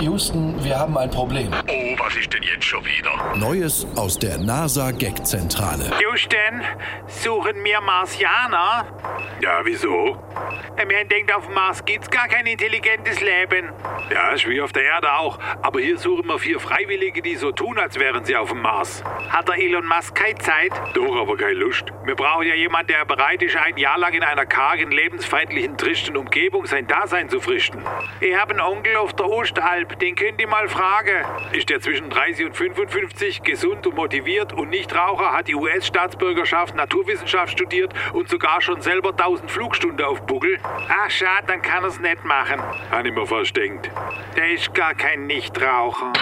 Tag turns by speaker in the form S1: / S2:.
S1: Houston, wir haben ein Problem.
S2: Oh, was ist denn jetzt schon wieder?
S3: Neues aus der NASA-Gag-Zentrale.
S4: Houston, suchen wir Marsianer?
S2: Ja, wieso?
S4: Man denkt, auf dem Mars gibt's gar kein intelligentes Leben.
S2: Ja, ist wie auf der Erde auch. Aber hier suchen wir vier Freiwillige, die so tun, als wären sie auf dem Mars.
S4: Hat der Elon Musk keine Zeit?
S2: Doch, aber keine Lust.
S4: Wir brauchen ja jemanden, der bereit ist, ein Jahr lang in einer kargen, lebensfeindlichen, tristen Umgebung sein Dasein zu fristen. Ich habe einen Onkel auf der Ostalb, den könnt ihr mal fragen.
S2: Ist der zwischen 30 und 55, gesund und motiviert und Nichtraucher, hat die US-Staatsbürgerschaft, Naturwissenschaft studiert und sogar schon selber 1000 Flugstunden auf Buckel?
S4: Ach, schade, dann kann er's nicht machen.
S2: Habe ich mir fast denkt.
S4: Der ist gar kein Nichtraucher.